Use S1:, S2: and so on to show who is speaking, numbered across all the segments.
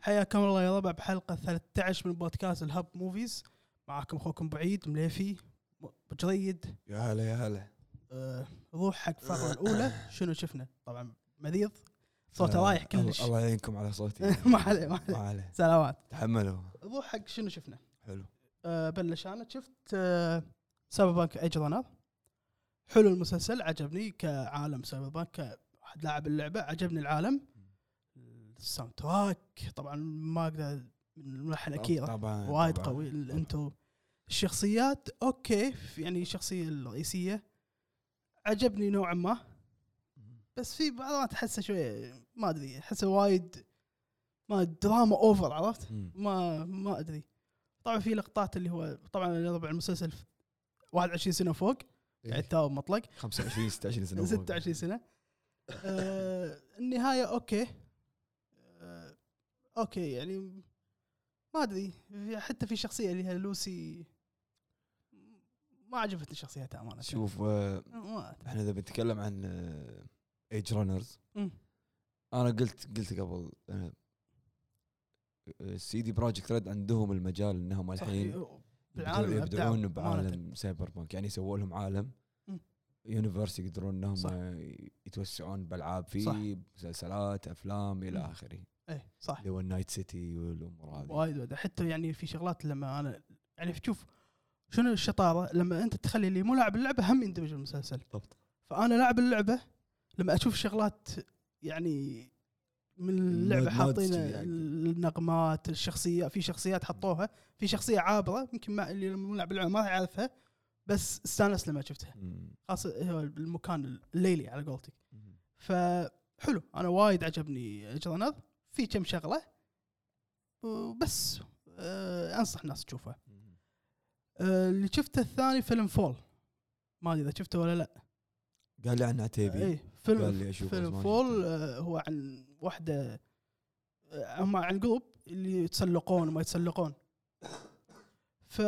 S1: حياكم الله يا ربع بحلقه 13 من بودكاست الهب موفيز معاكم اخوكم بعيد مليفي م- جريد
S2: يا هلا يا هلا
S1: آه، روح حق الفقره الاولى شنو شفنا طبعا مريض صوته رايح
S2: آه،
S1: كلش
S2: الله- الله يعينكم على صوتي
S1: ما عليه ما
S2: ما
S1: عليه
S2: عليه
S1: سلامات
S2: تحملوا
S1: روح حق شنو شفنا
S2: حلو
S1: آه، بلش انا شفت آه، سايبر بانك ايج رانر حلو المسلسل عجبني كعالم سايبر بانك كواحد لاعب اللعبه عجبني العالم الساوند تراك طبعا ما اقدر من الملحن اكيرا
S2: طبعا
S1: وايد
S2: طبعاً.
S1: قوي الانترو الشخصيات اوكي في- يعني الشخصيه الرئيسيه عجبني نوعا ما بس في بعض ما تحسه شويه ما ادري احسه وايد ما دراما اوفر عرفت
S2: مم.
S1: ما ما ادري طبعا في لقطات اللي هو طبعا اللي ربع المسلسل ف- 21 سنه فوق
S2: إيه.
S1: قاعد تاوب مطلق
S2: 25 26 سنه
S1: 26 سنه آه النهايه اوكي آه اوكي يعني ما ادري في- حتى في شخصيه اللي هي لوسي ما عجبتني شخصيتها امانه
S2: شوف آه،
S1: ما أدري.
S2: احنا اذا بنتكلم عن آه، ايج رانرز
S1: مم.
S2: انا قلت قلت قبل آه، سي دي بروجكت ريد عندهم المجال انهم الحين
S1: صح، بالعالم
S2: يبدعون- يبدعون
S1: الأبداع
S2: بعالم سايبر بانك يعني سووا لهم عالم
S1: مم.
S2: يونيفرس يقدرون انهم
S1: صح.
S2: آه، يتوسعون بالعاب
S1: صح.
S2: فيه مسلسلات افلام الى
S1: مم.
S2: اخره
S1: ايه صح
S2: اللي هو النايت سيتي والامور هذه
S1: وايد وايد حتى يعني في شغلات لما انا يعني شوف شنو الشطاره لما انت تخلي اللي مو لاعب اللعبه هم يندمج بالمسلسل
S2: بالضبط.
S1: فانا لاعب اللعبه لما اشوف شغلات يعني من اللعبه
S2: المود- مود
S1: حاطين
S2: تجي يعني.
S1: النغمات الشخصيه في شخصيات حطوها في شخصيه عابره يمكن ما اللي مو لاعب اللعبه ما يعرفها بس استانس لما شفتها
S2: مم.
S1: خاصه هو المكان الليلي على قولتك
S2: مم.
S1: فحلو انا وايد عجبني اجرنر في كم شغله وبس أه انصح الناس تشوفه
S2: مم.
S1: أه اللي شفته الثاني فيلم فول ما ادري اذا شفته ولا لا
S2: قال لي عن عتيبي
S1: اي إيه، فيلم
S2: قال لي أشوفه، بس
S1: فيلم
S2: ما
S1: فول
S2: شفته.
S1: أه هو عن واحده أه، هم عن جروب اللي يتسلقون وما يتسلقون ف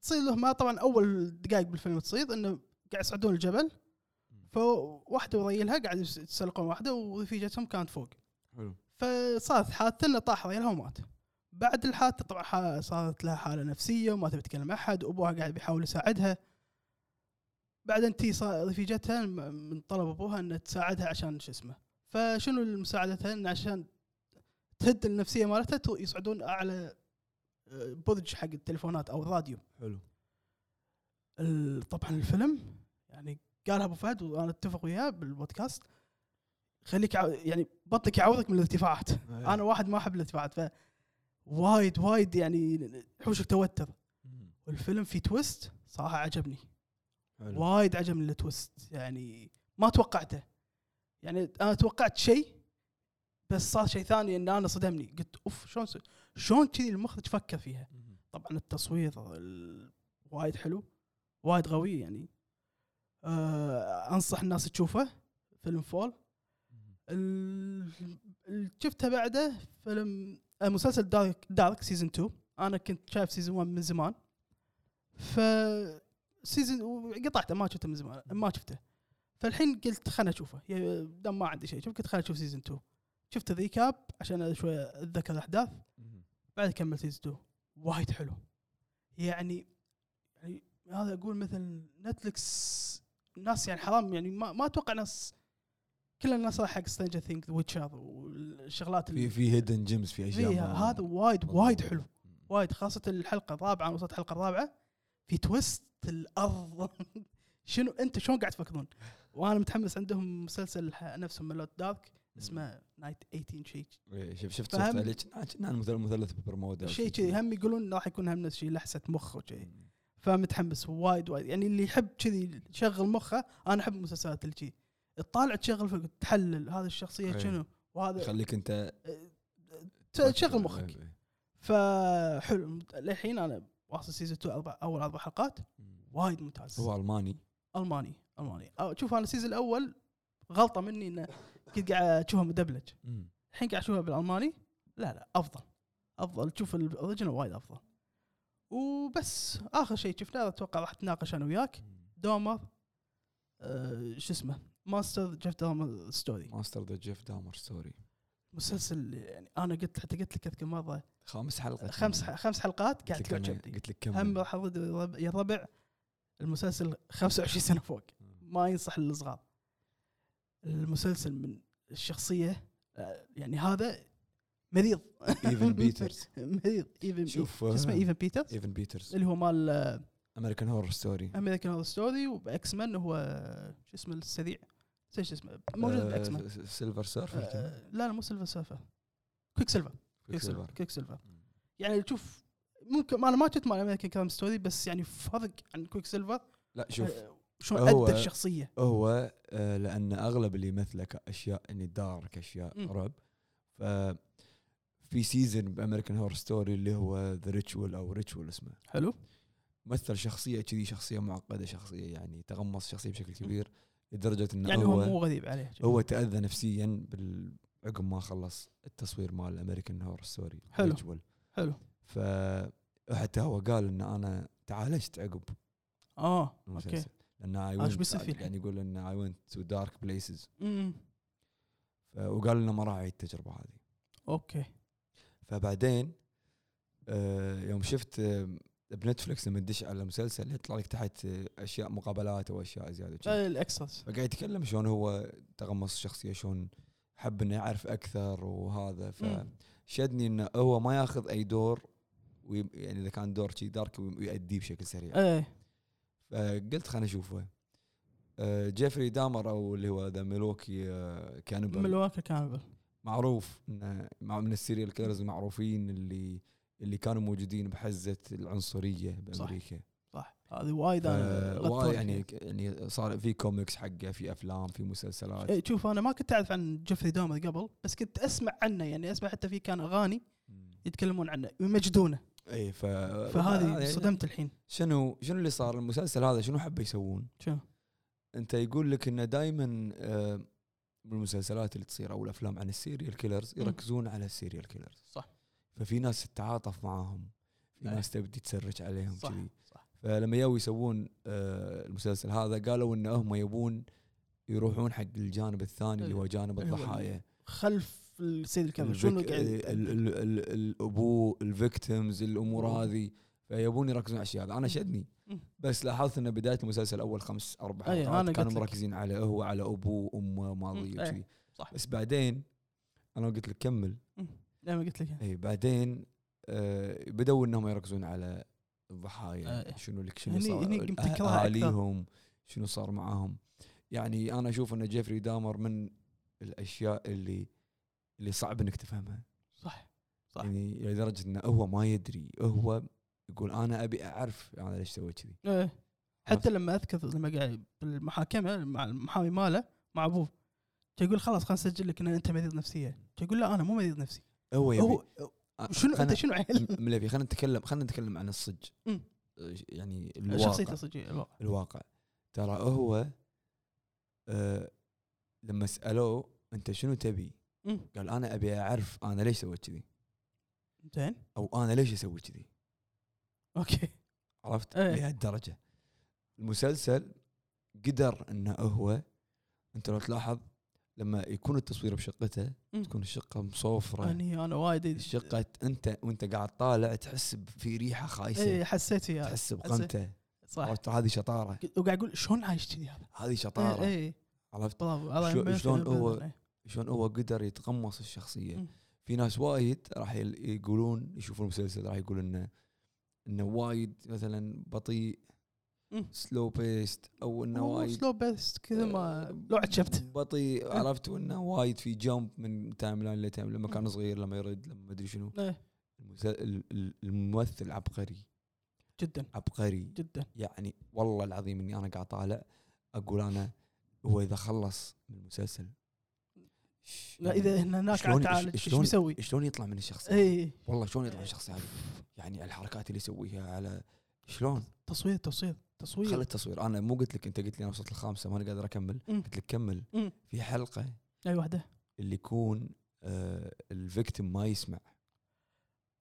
S1: تصير له ما طبعا اول دقائق بالفيلم تصير انه قاعد يصعدون الجبل فواحده وريلها قاعد يس- يتسلقون واحده ورفيجتهم كانت فوق
S2: حلو
S1: فصارت حادثه انه طاح ريلها ومات بعد الحادثه طبعا ح- صارت لها حاله نفسيه وما تبي تكلم احد وابوها قاعد بيحاول يساعدها بعدين تي صا- رفيجتها الم- من طلب ابوها انه تساعدها عشان شو اسمه فشنو مساعدتها انه عشان تهد النفسيه مالتها تو- يصعدون اعلى آه، برج حق التليفونات او الراديو
S2: حلو
S1: ال- طبعا الفيلم يعني قالها ابو فهد وانا اتفق وياه بالبودكاست خليك عو- يعني بطنك يعوضك من الارتفاعات
S2: أي.
S1: انا واحد ما احب الارتفاعات ف وايد وايد يعني حوشك توتر
S2: مم.
S1: والفيلم فيه تويست صراحه عجبني
S2: حلو.
S1: وايد عجبني التويست يعني ما توقعته يعني انا توقعت شيء بس صار شيء ثاني ان انا صدمني قلت اوف شلون س- شلون كذي المخرج فكر فيها
S2: مم.
S1: طبعا التصوير ال- وايد حلو وايد قوي يعني أه انصح الناس تشوفه فيلم فول
S2: مم.
S1: ال- اللي شفته بعده فيلم آه، مسلسل دارك دارك سيزون 2 انا كنت شايف سيزون 1 من زمان ف سيزون قطعته ما شفته من زمان ما شفته فالحين قلت خلنا اشوفه يا- دام ما عندي شيء شوف قلت خلنا اشوف سيزون 2 شفت الريكاب عشان شويه اتذكر الاحداث
S2: مم.
S1: بعد كمل سيزون 2 وايد حلو يعني يعني هذا اقول مثل نتفلكس ناس يعني حرام يعني ما ما اتوقع ناس كل الناس رايحه حق سترينجر ثينك ويتشر والشغلات
S2: في
S1: اللي
S2: في هيدن جيمز في اشياء
S1: فيها
S2: ما-
S1: هذا وايد
S2: ما-
S1: وايد حلو
S2: مم.
S1: وايد خاصه الحلقه الرابعه وصلت الحلقه الرابعه في تويست الارض شنو انت شلون قاعد تفكرون؟ وانا متحمس عندهم مسلسل نفسهم ملوت دارك اسمه نايت 18 شيء
S2: إيه، شف- شفت
S1: فهم-
S2: صورته اللي كنا كنا عن آه، مثل- مثلث برمودا أو
S1: شيء كذي هم يقولون راح يكون هم نفس الشيء لحسه مخ وشيء
S2: مم.
S1: فمتحمس وايد وايد يعني اللي يحب كذي يشغل مخه انا احب المسلسلات اللي كذي تطالع تشغل فوق تحلل هذه الشخصيه
S2: إيه.
S1: شنو وهذا
S2: خليك انت
S1: تشغل مخك
S2: إيه، إيه.
S1: فحلو للحين انا واصل سيزون 2 اربع اول اربع حلقات
S2: مم.
S1: وايد ممتاز
S2: إيه. هو الماني
S1: الماني الماني أو شوف انا السيزون الاول غلطه مني انه كنت قاعد اشوفها مدبلج
S2: مم.
S1: الحين قاعد اشوفها بالالماني لا لا افضل افضل تشوف الاوريجنال وايد افضل وبس اخر شيء شفناه اتوقع راح اتناقش انا وياك دومر آه شو اسمه ماستر جيف دومر ستوري
S2: ماستر ذا جيف دامر ستوري
S1: مسلسل يعني انا قلت حتى قلت لك اذكر مره
S2: خامس حلقه
S1: خمس خمس حلقات
S2: قلت
S1: آه، قاعد
S2: لك كمل.
S1: تعجبني
S2: قلت لك كمل
S1: هم حضرت يا الربع المسلسل 25 سنه فوق ما ينصح للصغار المسلسل من الشخصيه آه، يعني هذا مريض
S2: ايفن بيترز
S1: مريض ايفن شوف
S2: شوف آه.
S1: اسمه ايفن بيترز
S2: ايفن بيترز
S1: اللي هو مال
S2: امريكان هورر ستوري
S1: امريكان هورر ستوري وباكس مان هو آه، شو اسمه السريع نسيت شو اسمه موجود باكس مان
S2: سيلفر آه، سيرفر
S1: آه، لا لا مو سيلفر سيرفر كويك سيلفر كويك سيلفر كويك سيلفر يعني تشوف ممكن انا ما كنت مال امريكان كرام ستوري بس يعني فرق عن كويك سيلفر
S2: لا شوف
S1: آه، شلون
S2: هو-
S1: ادى الشخصيه
S2: هو آه، لان اغلب اللي يمثله كاشياء يعني دارك اشياء
S1: مم.
S2: رعب ف في سيزون بامريكان هور ستوري اللي هو ذا ريتشول او ريتشول اسمه
S1: حلو
S2: مثل شخصيه كذي شخصيه معقده شخصيه يعني تغمص شخصيه بشكل كبير لدرجه انه
S1: يعني
S2: هو
S1: هو مو غريب عليه
S2: هو تاذى نفسيا بال- عقب ما خلص التصوير مال امريكان هور ستوري
S1: حلو. حلو
S2: ف حتى هو قال ان انا تعالجت عقب
S1: اه اوكي
S2: المسلسل لان اي
S1: آه، شو بيصير فيه الحين؟
S2: يعني يقول ان اي ونت تو دارك بليسز
S1: امم
S2: وقال انه ما راح اعيد التجربه هذه
S1: اوكي
S2: فبعدين آه، يوم شفت آه، بنتفلكس لما تدش على مسلسل يطلع لك تحت آه، اشياء مقابلات او اشياء زياده وشي.
S1: آه، الاكسس
S2: فقاعد يتكلم شلون هو تغمص الشخصيه شلون حب انه يعرف اكثر وهذا
S1: مم.
S2: فشدني انه هو ما ياخذ اي دور وي- يعني اذا كان دور شي دارك ويأديه بشكل سريع
S1: ايه
S2: فقلت خليني اشوفه آه، جيفري دامر او اللي هو ذا ميلوكي أه، كانبل
S1: ملواكا كانبل
S2: معروف انه مع- من السيريال كيلرز المعروفين اللي اللي كانوا موجودين بحزه العنصريه بامريكا
S1: صح هذه وايد انا
S2: آه،
S1: غطيت
S2: وايد
S1: فيها.
S2: يعني يعني صار في كوميكس حقه في افلام في مسلسلات
S1: إيه، شوف انا ما كنت اعرف عن جيفري دومر قبل بس كنت اسمع عنه يعني اسمع حتى في كان اغاني يتكلمون عنه ويمجدونه
S2: اي إيه، ف
S1: آه، فهذه
S2: يعني
S1: انصدمت الحين
S2: شنو شنو اللي صار المسلسل هذا شنو حبوا يسوون؟
S1: شنو
S2: انت يقول لك انه دائما بالمسلسلات اللي تصير او الافلام عن السيريال كيلرز يركزون على السيريال كيلرز
S1: صح.
S2: ففي ناس تتعاطف معاهم في
S1: أي.
S2: ناس تبدي تسرج عليهم
S1: نعم. صح
S2: كذي
S1: صح
S2: فلما يو يسوون آه، المسلسل هذا قالوا ان هم يبون يروحون حق الجانب الثاني اللي هو جانب
S1: اللي إيه. هو
S2: الضحايا
S1: خلف السيد الكامل
S2: الفيك-
S1: شنو
S2: ال- آه،
S1: قاعد
S2: ال- ال- ال- الابو الفيكتيمز الامور
S1: مم.
S2: هذه فيبون يركزون على الاشياء هذا انا شدني
S1: مم.
S2: بس لاحظت ان بدايه المسلسل اول خمس اربع
S1: أي، أنا
S2: حلقات
S1: قلت
S2: كانوا
S1: لك.
S2: مركزين على هو على ابوه وامه ماضي
S1: مم، أي،
S2: وكذي
S1: صح.
S2: بس بعدين انا قلت لك كمل
S1: دائما قلت لك
S2: اي إيه، بعدين آه بدوا انهم يركزون على الضحايا
S1: أي.
S2: شنو لك شنو
S1: هني-
S2: صار
S1: آه، إيه. يعني هني قمت أكرهها أكثر.
S2: اهاليهم شنو صار معاهم يعني انا اشوف ان جيفري دامر من الاشياء اللي اللي صعب انك تفهمها
S1: صح صح.
S2: يعني لدرجه انه هو ما يدري هو يقول انا ابي اعرف انا ليش سويت كذي
S1: ايه حتى لما اذكر لما قاعد بالمحاكمه مع المحامي ماله مع ابوه يقول خلاص خلنا نسجل لك ان انت مريض نفسيه يقول لا انا مو مريض نفسي
S2: هو يبي
S1: هو شنو انت شنو عيل
S2: مليفي خلينا نتكلم خلينا نتكلم عن الصج
S1: مم.
S2: يعني الواقع
S1: شخصيته صجيه الواقع
S2: الواقع ترى هو آه لما سالوه انت شنو تبي؟
S1: مم.
S2: قال انا ابي اعرف انا ليش سويت كذي
S1: زين
S2: او انا ليش اسوي كذي
S1: اوكي
S2: عرفت؟
S1: إيه.
S2: لهالدرجه المسلسل قدر انه هو انت لو تلاحظ لما يكون التصوير بشقته
S1: مم.
S2: تكون الشقه مصوفره
S1: يعني انا وايد
S2: الشقه انت وانت قاعد طالع تحس ب- في ريحه خايسه
S1: ايه حسيت فيها
S2: تحس بقمته
S1: صح
S2: عرفت؟ هذه شطاره
S1: وقاعد اقول شلون عايش كذي هذا؟
S2: هذه
S1: ايه
S2: شطاره
S1: ايه
S2: عرفت
S1: برافو الله
S2: شو-
S1: يبارك
S2: شلون
S1: فيك.
S2: هو-
S1: إيه.
S2: شلون هو قدر يتقمص الشخصيه
S1: مم.
S2: في ناس وايد راح يل- يقولون يشوفون المسلسل راح يقول انه انه وايد مثلا بطيء
S1: مم.
S2: سلو بيست او انه
S1: هو
S2: وايد
S1: سلو بيست كذا ما
S2: آه،
S1: لو عجبت
S2: بطيء عرفت وانه وايد في جمب من تايم لاين لتايم لما كان صغير لما يرد لما ما ادري شنو
S1: إيه،
S2: المس- ال- ال- الممثل عبقري
S1: جدا
S2: عبقري
S1: جدا
S2: يعني والله العظيم اني انا قاعد طالع اقول انا هو اذا خلص من المسلسل ش-
S1: لا اذا هناك
S2: يعني
S1: قاعد
S2: شلون-
S1: تعالج ايش
S2: شلون-
S1: بيسوي؟
S2: شلون يطلع من الشخصيه؟
S1: اي
S2: والله شلون يطلع من الشخصيه هذه؟ يعني على الحركات اللي يسويها على شلون؟
S1: تصوير تصوير تصوير
S2: خلي التصوير انا مو قلت لك انت قلت لي انا وصلت الخامسه ماني قادر اكمل
S1: مم.
S2: قلت لك كمل
S1: مم.
S2: في حلقه
S1: اي واحده
S2: اللي يكون آه الفيكتم ما يسمع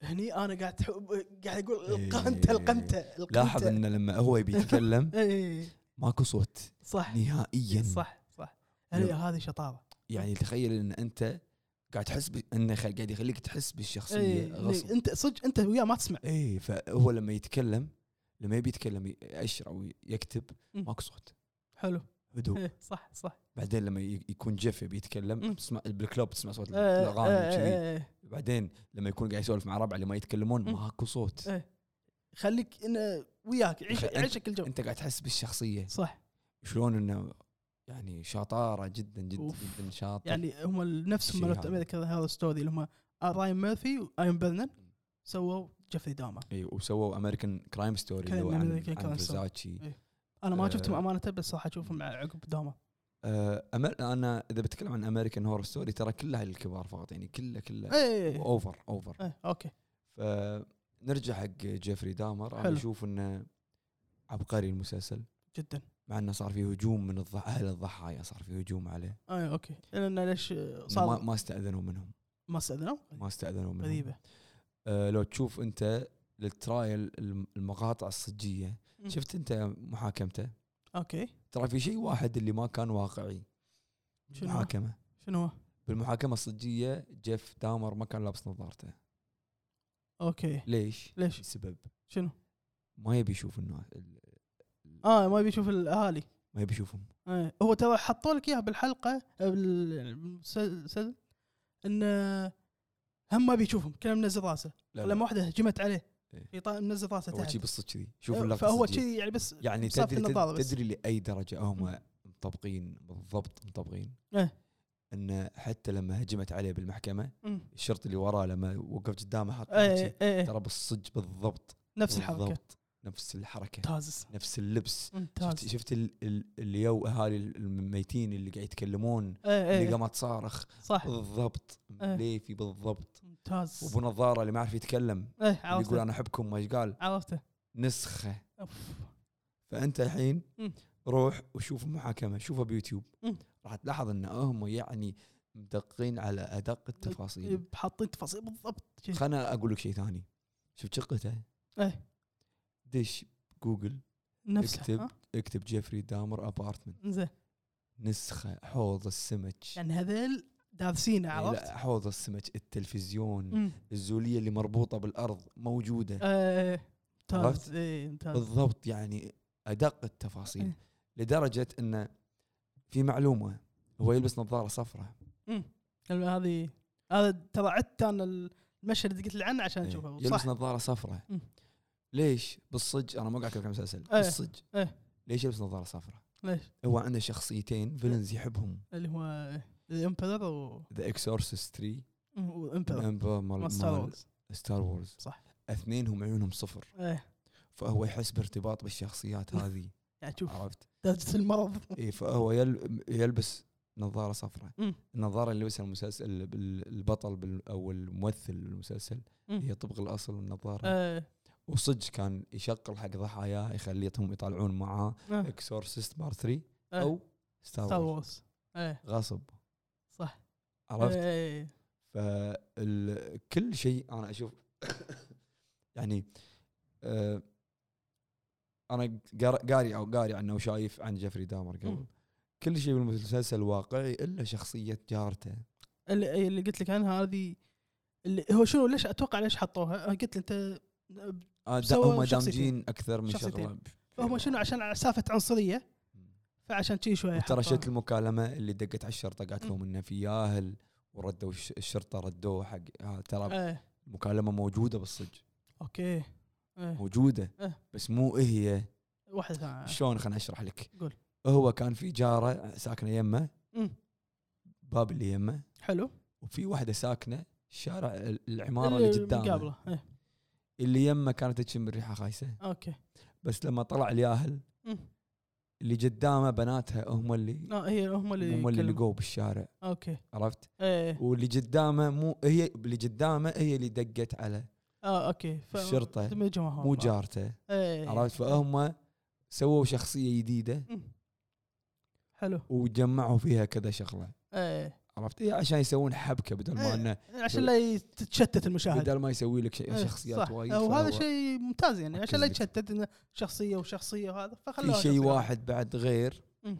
S1: هني انا قاعد تحب قاعد اقول
S2: إيه.
S1: القمته القمته القمته
S2: لاحظ انه لما هو يبي يتكلم
S1: اي
S2: ماكو صوت
S1: صح
S2: نهائيا
S1: صح صح هي هذه شطاره
S2: يعني تخيل ان انت قاعد تحس ب- انه خ- قاعد يخليك تحس بالشخصيه
S1: إيه،
S2: غصب
S1: انت صدق انت وياه ما تسمع
S2: اي فهو لما يتكلم لما يبي يتكلم يأشر او يكتب
S1: مم.
S2: ماكو صوت
S1: حلو
S2: هدوء
S1: إيه، صح صح
S2: بعدين لما ي- يكون جيف يبي يتكلم
S1: مم.
S2: تسمع بالكلوب تسمع صوت
S1: إيه، إيه،
S2: الاغاني كذي
S1: إيه، إيه.
S2: بعدين لما يكون قاعد يسولف مع ربع اللي ما يتكلمون
S1: مم.
S2: ماكو صوت
S1: إيه. خليك انه وياك يعيش-
S2: خ- أنت-
S1: يعيشك الجو
S2: انت قاعد تحس بالشخصيه
S1: صح
S2: شلون انه يعني شطاره جدا جدا
S1: أوف.
S2: جدا شاطر
S1: يعني هم نفسهم
S2: شيء
S1: مالت
S2: هذا.
S1: امريكا هذا ستوري اللي هم راين ميرفي وايم بيرنن سووا جيفري داما
S2: اي وسووا امريكان كرايم ستوري
S1: كان
S2: اللي هو عن,
S1: American
S2: عن
S1: Crime Story.
S2: فيرزاتشي
S1: إيه. انا ما
S2: آه.
S1: شفتهم امانه بس راح اشوفهم مع عقب داما
S2: آه، أمر... انا اذا بتكلم عن امريكان هورر ستوري ترى كلها للكبار فقط يعني كلها كلها
S1: اي
S2: اوفر اوفر
S1: اوكي
S2: فنرجع حق جيفري دامر
S1: حلو.
S2: انا اشوف انه عبقري المسلسل
S1: جدا
S2: مع انه صار فيه هجوم من الض... اهل الضحايا صار فيه هجوم عليه
S1: اي اوكي لان إيه، ليش آه،
S2: إنه ما...
S1: صار
S2: ما استاذنوا منهم
S1: ما استاذنوا
S2: ما استاذنوا منهم
S1: غريبه
S2: آه لو تشوف انت للترايل الم- المقاطع الصجيه
S1: مم.
S2: شفت انت محاكمته
S1: اوكي
S2: ترى في شيء واحد اللي ما كان واقعي
S1: شنو هو؟
S2: محاكمه
S1: شنو هو؟
S2: بالمحاكمه الصجيه جيف دامر ما كان لابس نظارته
S1: اوكي
S2: ليش
S1: ليش
S2: السبب
S1: شنو
S2: ما يبي يشوف الناس
S1: اه ما يبي يشوف الاهالي
S2: ما يبي يشوفهم
S1: آه. هو ترى حطوا لك اياها بالحلقه آه، بال- بالمسلسل انه هم ما بيشوفهم كان منزل راسه
S2: لا
S1: لما واحده هجمت عليه
S2: إيه.
S1: في طا- منزل راسه
S2: هو
S1: تحت
S2: شي بالصدق كذي شوف
S1: آه،
S2: اللقطه
S1: فهو
S2: فهو
S1: كذي يعني بس
S2: يعني
S1: بصفة
S2: تدري
S1: النظارة
S2: تدري,
S1: بس.
S2: تدري لاي درجه هم
S1: مم.
S2: مطبقين بالضبط مطبقين
S1: إيه.
S2: انه حتى لما هجمت عليه بالمحكمه
S1: مم.
S2: الشرطي اللي وراه لما وقف قدامه حط
S1: اي
S2: إيده
S1: اي اي
S2: ترى بالصدق بالضبط
S1: إيه، نفس الحركه
S2: بالضبط. نفس الحركه
S1: ممتاز
S2: نفس اللبس شفت
S1: ممتاز
S2: شفت ال- ال- اللي يو اهالي الميتين اللي قاعد يتكلمون
S1: اي
S2: اللي
S1: اي
S2: قامت صارخ
S1: إيه، صح
S2: بالضبط
S1: إيه.
S2: ليفي بالضبط
S1: ممتاز
S2: وابو نظاره اللي ما يعرف يتكلم
S1: ايه
S2: اللي يقول
S1: عرفته
S2: انا احبكم ما ايش قال
S1: عرفته
S2: نسخه
S1: أوف.
S2: فانت الحين
S1: مم.
S2: روح وشوف المحاكمه شوفها بيوتيوب
S1: مم.
S2: راح تلاحظ ان هم يعني مدقين على ادق التفاصيل
S1: حاطين تفاصيل بالضبط شي.
S2: خلنا اقول لك شيء ثاني شفت شقته
S1: إيه.
S2: دش جوجل
S1: نفسها
S2: اكتب
S1: ها؟
S2: اكتب جيفري دامر ابارتمنت
S1: زين
S2: نسخه حوض السمك
S1: يعني هذيل دارسين
S2: إيه،
S1: عرفت؟
S2: لا حوض السمك التلفزيون
S1: مم.
S2: الزوليه اللي مربوطه بالارض موجوده
S1: ايه
S2: عرفت؟
S1: ممتاز ايه ممتاز
S2: بالضبط يعني ادق التفاصيل
S1: إيه.
S2: لدرجه انه في معلومه هو يلبس نظاره صفراء
S1: مم. هذه هذا ترى عدت انا المشهد اللي قلت لي عنه عشان
S2: إيه،
S1: اشوفه
S2: يلبس
S1: صح
S2: نظاره صفراء
S1: مم.
S2: ليش بالصج انا ما قاعد اتكلم عن مسلسل
S1: إيه،
S2: بالصج
S1: إيه.
S2: ليش يلبس نظاره صفراء
S1: ليش؟
S2: هو عنده شخصيتين فيلنز يحبهم
S1: اللي هو الامبرر و
S2: ذا اكسورسيست 3
S1: والامبرر
S2: الامبر إيه، مال-
S1: مال ستار
S2: مال
S1: وورز
S2: ستار وورز
S1: صح.
S2: اثنين هم عيونهم صفر
S1: ايه
S2: فهو يحس بارتباط بالشخصيات هذه
S1: يعني شوف
S2: عرفت
S1: درجه المرض
S2: اي فهو يل... يلبس نظاره صفراء
S1: مم.
S2: النظاره اللي لبسها المسلسل ال- البطل بال... او الممثل بالمسلسل
S1: مم.
S2: هي طبق الاصل النظاره
S1: ايه
S2: وصدق كان يشغل حق ضحاياه يخليهم يطالعون معاه
S1: آه.
S2: اكسورسيست بار 3
S1: إيه.
S2: او ستار
S1: ستار
S2: وورز
S1: وورز ايه
S2: غصب
S1: صح
S2: عرفت
S1: ايه
S2: فكل شيء انا اشوف يعني آه، انا قار- قاري او قاري عنه وشايف عن جيفري دامر قبل
S1: مم.
S2: كل شيء بالمسلسل واقعي الا شخصيه جارته
S1: اللي, إيه اللي قلت لك عنها هذه اللي هو شنو ليش اتوقع ليش حطوها؟ أنا قلت انت
S2: آه، دا-
S1: سووا
S2: هم
S1: شخصيتين.
S2: دامجين اكثر من إيه.
S1: شخصيتين.
S2: شغله
S1: هم شنو عشان سالفه عنصريه فعشان شي شويه
S2: ترى
S1: حطوها.
S2: شفت المكالمه اللي دقت على الشرطه قالت
S1: مم.
S2: لهم انه في ياهل وردوا الش- الشرطه ردوه حق آه، ترى
S1: ايه
S2: المكالمه موجوده بالصج
S1: اوكي ايه
S2: موجوده
S1: إيه.
S2: بس مو إيه هي
S1: واحده ثانيه
S2: شلون خليني اشرح لك
S1: قول.
S2: هو كان في جاره ساكنه يمه
S1: مم.
S2: باب اللي يمه
S1: حلو
S2: وفي واحده ساكنه الشارع ال- العماره اللي
S1: اللي
S2: قدامه
S1: مقابله ايه
S2: اللي يمه كانت تشم ريحه خايسه
S1: اوكي
S2: بس لما طلع الياهل
S1: مم.
S2: اللي قدامه بناتها هم اللي
S1: اه هي هم اللي
S2: هم اللي
S1: يتكلموا.
S2: لقوه بالشارع
S1: اوكي
S2: عرفت
S1: ايه
S2: واللي قدامه مو هي اللي قدامه هي اللي دقت على
S1: اه اوكي ف-
S2: الشرطة، يعني.
S1: دمجوا معهم
S2: مو
S1: بعض.
S2: جارته
S1: ايه
S2: عرفت فهم سووا شخصيه جديده
S1: مم. حلو
S2: وجمعوا فيها كذا شغله
S1: ايه
S2: عرفت إيه عشان يسوون حبكه بدل ما
S1: إيه.
S2: انه
S1: عشان لا تتشتت المشاهد
S2: بدل ما يسوي لك شيء
S1: إيه،
S2: شخصيات
S1: صح.
S2: وايد
S1: وهذا
S2: فهو-
S1: شيء ممتاز يعني عشان لا
S2: ركز
S1: يتشتت انه شخصيه وشخصيه وهذا فخلوها
S2: في شيء
S1: شخصية.
S2: واحد بعد غير
S1: مم.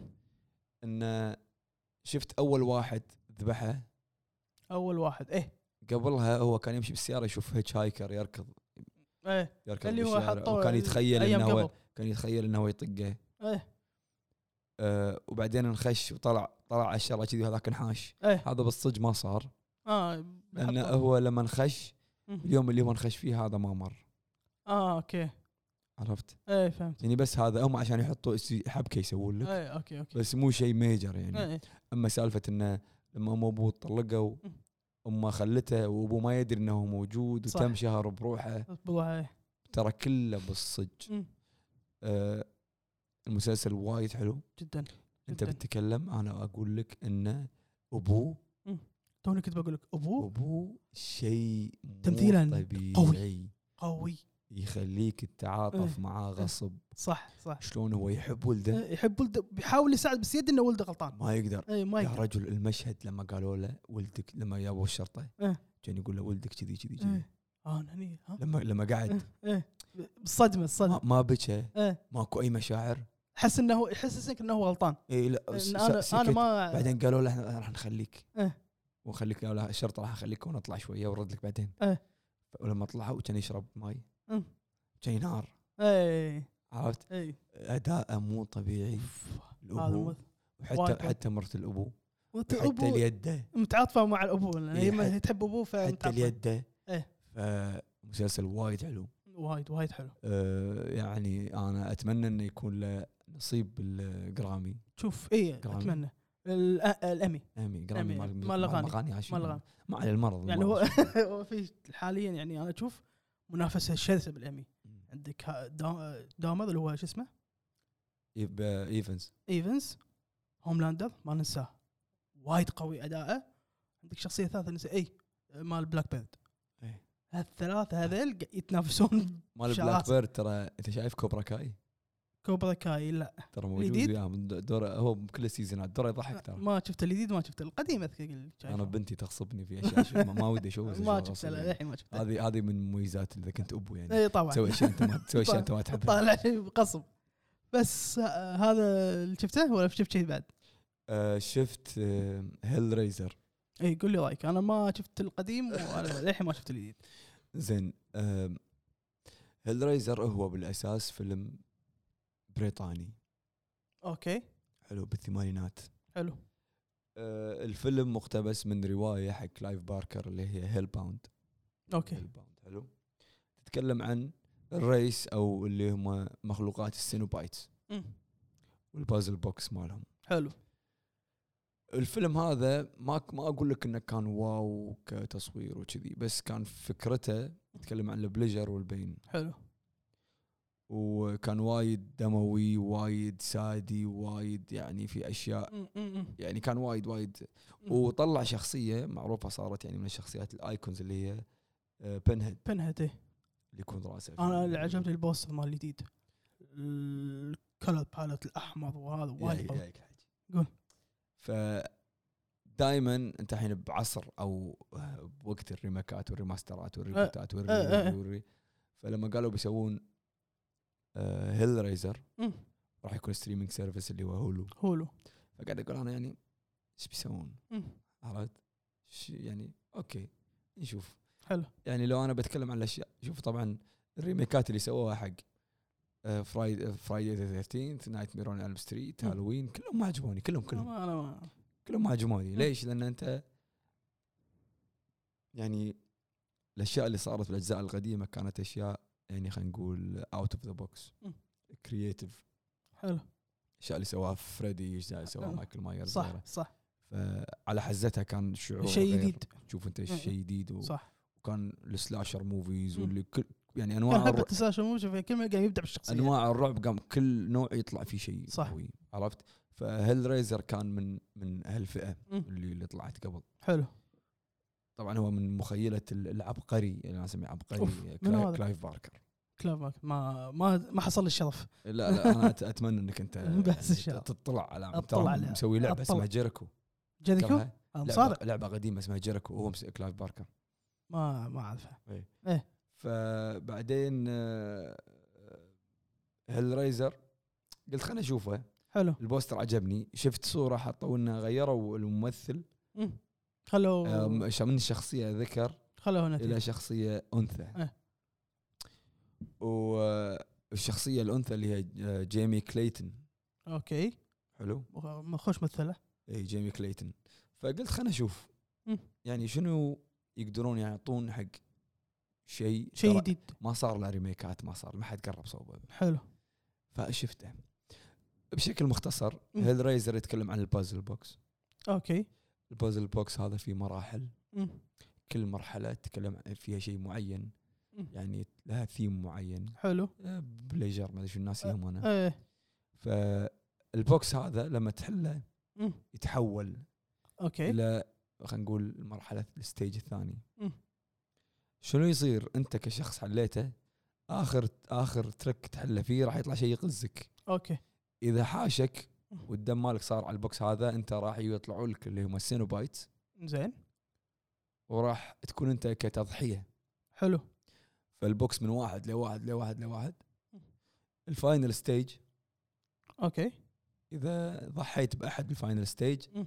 S2: انه شفت اول واحد ذبحه
S1: اول واحد ايه
S2: قبلها هو كان يمشي بالسياره يشوف هيتش هايكر يركض
S1: ايه
S2: يركض
S1: اللي هو
S2: بالشارع
S1: حطوه
S2: وكان يتخيل
S1: ايام
S2: انه هو
S1: قبل
S2: كان يتخيل انه هو يطقه
S1: ايه
S2: آه وبعدين انخش وطلع طلع على الشارع كذي وهذاك انحاش
S1: ايه
S2: هذا بالصدق ما صار
S1: اه
S2: لانه
S1: حطوه.
S2: هو لما انخش
S1: مم.
S2: اليوم اللي هو انخش فيه هذا ما مر
S1: اه اوكي
S2: عرفت
S1: ايه فهمت
S2: يعني بس هذا هم عشان يحطوا اس- حبكه يسوون لك
S1: ايه اوكي اوكي
S2: بس مو شيء ميجر يعني
S1: ايه
S2: اما سالفه انه لما امه وابوه طلقوا
S1: مم.
S2: امه خلته وابوه ما يدري انه هو موجود
S1: صح.
S2: وتم شهر بروحه
S1: بالله ايه
S2: ترى كله بالصج
S1: مم.
S2: آه المسلسل وايد حلو
S1: جدا
S2: انت
S1: جداً.
S2: بتتكلم انا اقول لك انه ابوه
S1: توني كنت بقول لك ابوه
S2: ابوه شيء مو
S1: تمثيلاً
S2: طبيعي
S1: قوي. قوي
S2: يخليك تتعاطف معاه غصب
S1: صح صح
S2: شلون هو يحب ولده
S1: إيه، يحب ولده بيحاول يساعد بس يد انه ولده غلطان
S2: ما يقدر
S1: اي إيه، ما
S2: يا
S1: يقدر
S2: رجل المشهد لما قالوا له ولدك لما جابوا الشرطه
S1: إيه.
S2: كان يقول له ولدك كذي كذي كذي
S1: إيه. اه أنا هني ها آه.
S2: لما لما قعد
S1: إيه، ايه بالصدمه
S2: ما,
S1: الصدمه
S2: ما بكى
S1: ايه
S2: ماكو اي مشاعر
S1: حس انه يحسسك انه هو غلطان
S2: اي لا س-
S1: إن
S2: س-
S1: انا انا
S2: سكت.
S1: ما
S2: بعدين قالوا له احنا راح نخليك
S1: إيه.
S2: ونخليك قالوا له الشرطه راح اخليك ونطلع شويه ورد لك بعدين
S1: إيه.
S2: ولما طلعوا كان يشرب ماي
S1: أمم.
S2: كان ينهار
S1: اي
S2: عرفت
S1: اي
S2: اداءه مو طبيعي
S1: إيه. هذا
S2: الابو
S1: مو- وايد.
S2: وحتى حتى مرت الابو
S1: وأنت
S2: حتى
S1: أبو-
S2: اليده
S1: متعاطفه مع الابو لان هي
S2: إيه،
S1: ما-
S2: حت-
S1: هي تحب ابوه
S2: حتى
S1: فمتعاطفه
S2: اليده
S1: إيه.
S2: فمسلسل وايد حلو
S1: وايد وايد حلو
S2: أه، يعني انا اتمنى انه يكون له نصيب بالجرامي
S1: شوف إيه، اي
S2: قرامي.
S1: اتمنى الأ- الامي
S2: امي جرامي
S1: أمي،
S2: مال
S1: مال الأغاني.
S2: اغاني عشان-
S1: مال الأغاني.
S2: ما على المرض
S1: يعني
S2: ما
S1: هو
S2: على شيء.
S1: هو في حاليا يعني انا اشوف منافسه شرسه بالامي عندك ها- دا- دامر اللي هو شو اسمه
S2: يب- ايفنز
S1: ايفنز هوملاندر ما ننساه وايد قوي اداءه عندك شخصيه ثالثه ننسى اي مال بلاك بيرد
S2: إيه.
S1: هالثلاثه هذيل قا- يتنافسون
S2: مال
S1: شعرات.
S2: بلاك بيرد ترى انت شايف كوبرا كاي
S1: كوبرا كاي لا
S2: ترى موجود
S1: الجديد؟
S2: وياهم دوره هو بكل السيزونات دوره يضحك ترى
S1: ما شفت الجديد ما شفت القديم اذكر اللي
S2: انا
S1: شايفه.
S2: بنتي تغصبني في اشياء أشوف- ما- ما ودي اشوفها
S1: ما
S2: أشوفها
S1: شفته
S2: غصب
S1: لا،
S2: يعني.
S1: للحين ما شفته
S2: هذه هذه من مميزات اذا كنت ابو يعني
S1: اي طبعا
S2: تسوي اشياء انت ما تسوي اشياء انت ما تحبها
S1: إيه، طالع شيء بقصب بس آه، هذا اللي شفته ولا شفت شيء بعد؟
S2: آه، شفت آه، هيل ريزر
S1: اي قول لي رايك انا ما شفت القديم ولا للحين ما شفت الجديد
S2: زين آه، هيل ريزر هو بالاساس فيلم بريطاني
S1: اوكي
S2: حلو بالثمانينات
S1: حلو
S2: آه، الفيلم مقتبس من روايه حق كلايف باركر اللي هي هيل باوند
S1: اوكي
S2: الباوند حلو تتكلم عن الريس او اللي هم مخلوقات السينوبايتس
S1: مم.
S2: والبازل بوكس مالهم
S1: حلو
S2: الفيلم هذا ما ما اقول لك انه كان واو كتصوير وكذي بس كان فكرته يتكلم عن البليجر والبين
S1: حلو
S2: وكان وايد دموي وايد سادي وايد يعني في اشياء
S1: مم، مم، مم.
S2: يعني كان وايد وايد
S1: مم.
S2: وطلع شخصيه معروفه صارت يعني من الشخصيات الايكونز اللي هي بنهد
S1: بنهد إيه.
S2: اللي يكون راسه
S1: انا اللي عجبني البوستر مال الجديد الكلر باليت الاحمر وهذا وايد قوي.
S2: يايك الحج
S1: قول.
S2: ف دائما انت الحين بعصر او بوقت الريماكات والريماسترات والريبوتات والري
S1: أه، أه،
S2: والري,
S1: أه.
S2: والري فلما قالوا بيسوون آه، هيل ريزر
S1: مم.
S2: راح يكون ستريمينج سيرفيس اللي هو هولو
S1: هولو
S2: فقاعد اقول انا يعني ايش بيسوون
S1: مم.
S2: عرفت؟ ش- يعني اوكي نشوف
S1: حلو
S2: يعني لو انا بتكلم عن الاشياء شوف طبعا الريميكات اللي سووها حق آه، فرايدي فرايدي 13 نايت مير اون الم ستريت
S1: مم.
S2: هالوين كلهم ما عجبوني كلهم كلهم
S1: انا أنا ما
S2: كلهم هجموني
S1: مم.
S2: ليش لان انت يعني الاشياء اللي صارت بالاجزاء القديمه كانت اشياء يعني خلينا نقول اوت اوف ذا بوكس
S1: مم.
S2: كرييتيف
S1: حلو
S2: الاشياء اللي سواها فريدي الاشياء اللي سواها
S1: أه.
S2: مايكل مايرز
S1: صح
S2: غيره
S1: صح
S2: فعلى حزتها كان شعور
S1: شيء
S2: غير.
S1: جديد
S2: تشوف انت
S1: مم.
S2: شيء جديد و-
S1: صح
S2: وكان السلاشر موفيز
S1: مم.
S2: واللي كل يعني
S1: كان
S2: انواع
S1: حبه
S2: الر-
S1: تساشا مو شوف كل ما قاعد يبدع بالشخصيه
S2: انواع الرعب قام كل نوع يطلع فيه شيء
S1: صح.
S2: قوي عرفت فهيل ريزر كان من من هالفئه
S1: مم.
S2: اللي اللي طلعت قبل
S1: حلو
S2: طبعا هو من مخيله ال- العبقري اللي انا اسميه عبقري
S1: أوف،
S2: كلايف,
S1: من هذا؟
S2: كلايف باركر
S1: كلافك ما ما ما حصل لي الشرف
S2: لا لا انا أت- اتمنى انك انت
S1: بس إن شاء الله.
S2: تطلع على
S1: أطلع
S2: ترى
S1: على-
S2: مسوي لعبه
S1: أطلع.
S2: اسمها جيريكو
S1: جيريكو
S2: تذكرها؟
S1: أنا
S2: لعبه
S1: مصارع
S2: لعبه قديمه اسمها جيريكو وهو مس- كلايف باركر
S1: ما ما اعرفها
S2: فبعدين آه، هيل رايزر قلت خليني اشوفه
S1: حلو
S2: البوستر عجبني شفت صوره حطوا انه غيروا الممثل
S1: مم. خلوه
S2: أم- ش- من شخصيه ذكر
S1: خلوه نتيجة
S2: الى شخصيه انثى
S1: إيه.
S2: والشخصيه الانثى آه، اللي هي ج- جيمي كليتن
S1: اوكي
S2: حلو
S1: وخ- خوش ممثله
S2: اي جيمي كليتن فقلت خلنا اشوف
S1: مم.
S2: يعني شنو يقدرون يعطون حق شيء
S1: شيء
S2: ترى
S1: جديد
S2: ما صار له ريميكات ما صار ما حد قرب صوبه
S1: حلو
S2: فشفته بشكل مختصر
S1: مم.
S2: هيل ريزر يتكلم عن البازل بوكس
S1: اوكي
S2: البازل بوكس هذا فيه مراحل
S1: مم.
S2: كل مرحله تتكلم عن- فيها شيء معين
S1: مم.
S2: يعني لها ثيم معين
S1: حلو
S2: آه، بليجر ما ادري شو الناس يهمونه
S1: ايه
S2: فالبوكس هذا لما تحله
S1: مم.
S2: يتحول
S1: اوكي
S2: الى خلينا نقول المرحله الستيج الثاني
S1: مم.
S2: شنو يصير انت كشخص حليته اخر اخر ترك تحله فيه راح يطلع شيء يقزك
S1: اوكي
S2: اذا حاشك
S1: مم.
S2: والدم مالك صار على البوكس هذا انت راح يطلعوا لك اللي هم السينوبايت
S1: زين
S2: وراح تكون انت كتضحيه
S1: حلو
S2: فالبوكس من واحد لواحد لواحد لواحد
S1: مم.
S2: الفاينل ستيج
S1: اوكي
S2: اذا ضحيت باحد بالفاينل ستيج
S1: مم.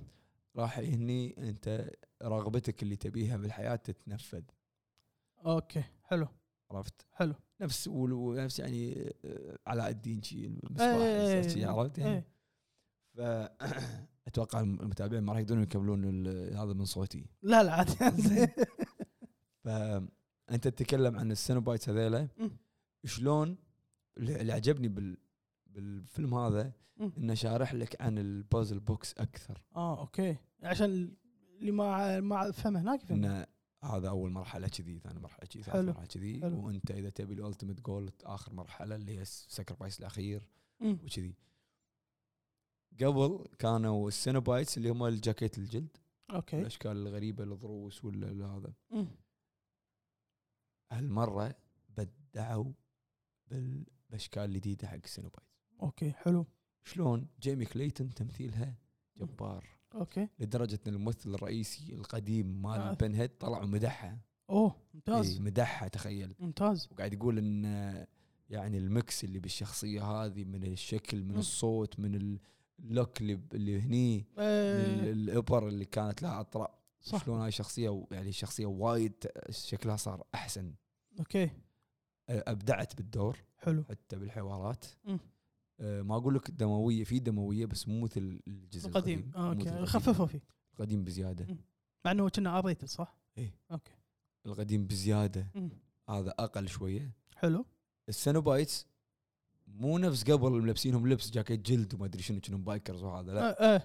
S2: راح يهني انت رغبتك اللي تبيها بالحياه تتنفذ
S1: اوكي حلو
S2: عرفت
S1: حلو
S2: نفس ول- ونفس يعني آه، علاء الدين شي
S1: إيه،
S2: المصباح شي، عرفت يعني
S1: إيه.
S2: فاتوقع المتابعين ما راح يقدرون يكملون ال- هذا من صوتي
S1: لا لا عادي
S2: زين. فانت تتكلم عن السينوبايتس هذيلا
S1: مم.
S2: شلون اللي اللي عجبني بال بالفيلم هذا
S1: مم.
S2: انه شارح لك عن البازل بوكس اكثر
S1: اه اوكي عشان اللي ما ما فهمه هناك يفهم
S2: انه هذا اول مرحله كذي ثاني مرحله كذي ثالث
S1: حلو.
S2: مرحله كذي
S1: حلو.
S2: وانت اذا تبي الالتيميت جول اخر مرحله اللي هي السكرفايس الاخير
S1: مم.
S2: وكذي قبل كانوا السينوبايتس اللي هم الجاكيت الجلد
S1: اوكي
S2: الاشكال الغريبه الضروس ولا ال- هذا
S1: مم.
S2: هالمره بدعوا بال- باشكال الجديده حق السينوبايت
S1: اوكي حلو
S2: شلون جيمي كليتن تمثيلها جبار
S1: اوكي
S2: لدرجه ان الممثل الرئيسي القديم مال
S1: آه.
S2: آه. بن هيد طلع ومدحها
S1: اوه
S2: إيه
S1: ممتاز
S2: مدحها تخيل
S1: ممتاز
S2: وقاعد يقول ان آه، يعني المكس اللي بالشخصيه هذه من الشكل من
S1: مم.
S2: الصوت من اللوك اللي اللي هني ال-
S1: إيه.
S2: الابر اللي كانت لها اطراء
S1: صح
S2: شلون هاي شخصيه و- يعني شخصيه وايد شكلها صار احسن
S1: اوكي
S2: ابدعت بالدور
S1: حلو
S2: حتى بالحوارات
S1: مم.
S2: أه، ما اقول لك دمويه في دمويه بس مو مثل الجزء
S1: القديم
S2: مو
S1: آه،
S2: مثل
S1: اوكي
S2: القديم.
S1: خففوا فيه
S2: القديم بزياده
S1: مم. مع انه كنا ار صح؟
S2: إيه.
S1: اوكي
S2: القديم بزياده
S1: مم.
S2: هذا اقل شويه
S1: حلو
S2: السينوبايتس مو نفس قبل ملبسينهم لبس جاكيت جلد وما ادري شنو كانوا بايكرز وهذا
S1: آه
S2: لا
S1: آه.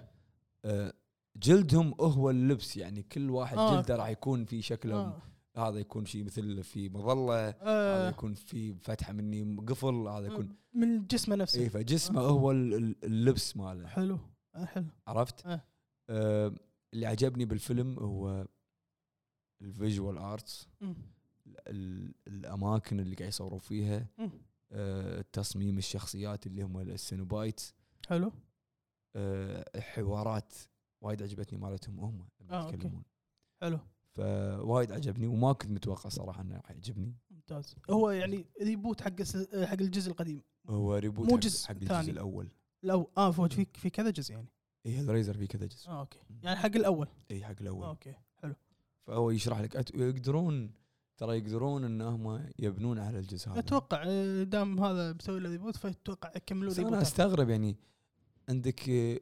S2: أه، جلدهم هو اللبس يعني كل واحد
S1: آه.
S2: جلده راح يكون في شكله
S1: آه.
S2: هذا يكون شيء مثل في مظله هذا
S1: آه.
S2: يكون في فتحه مني قفل هذا يكون
S1: من جسمه نفسه
S2: اي فجسمه هو ال- ال- اللبس ماله
S1: آه. حلو آه، حلو
S2: عرفت؟
S1: آه.
S2: آه اللي عجبني بالفيلم هو الفيجوال ارتس
S1: مم.
S2: الاماكن اللي قاعد يصوروا فيها
S1: مم.
S2: آه تصميم الشخصيات اللي هم السينوبايت
S1: حلو
S2: آه الحوارات وايد عجبتني مالتهم هم
S1: آه،
S2: لما
S1: أوكي.
S2: يتكلمون
S1: حلو
S2: فوايد عجبني وما كنت متوقع صراحه انه راح يعجبني
S1: ممتاز هو يعني ريبوت حق الس- حق الجزء القديم
S2: هو ريبوت
S1: مو
S2: حق-
S1: جزء
S2: حق الجزء
S1: ثاني.
S2: الاول
S1: لو اه فوج في في كذا جزء يعني
S2: اي الريزر إيه، في كذا جزء
S1: اه اوكي يعني حق الاول
S2: اي حق
S1: آه،
S2: الاول
S1: اوكي
S2: فهو يشرح لك أت- يقدرون ترى يقدرون ان هم يبنون على الجزء هذا
S1: اتوقع آه، دام هذا مسوي له ريبوت فاتوقع يكملوا
S2: بس انا
S1: ريبوت
S2: استغرب يعني عندك آه،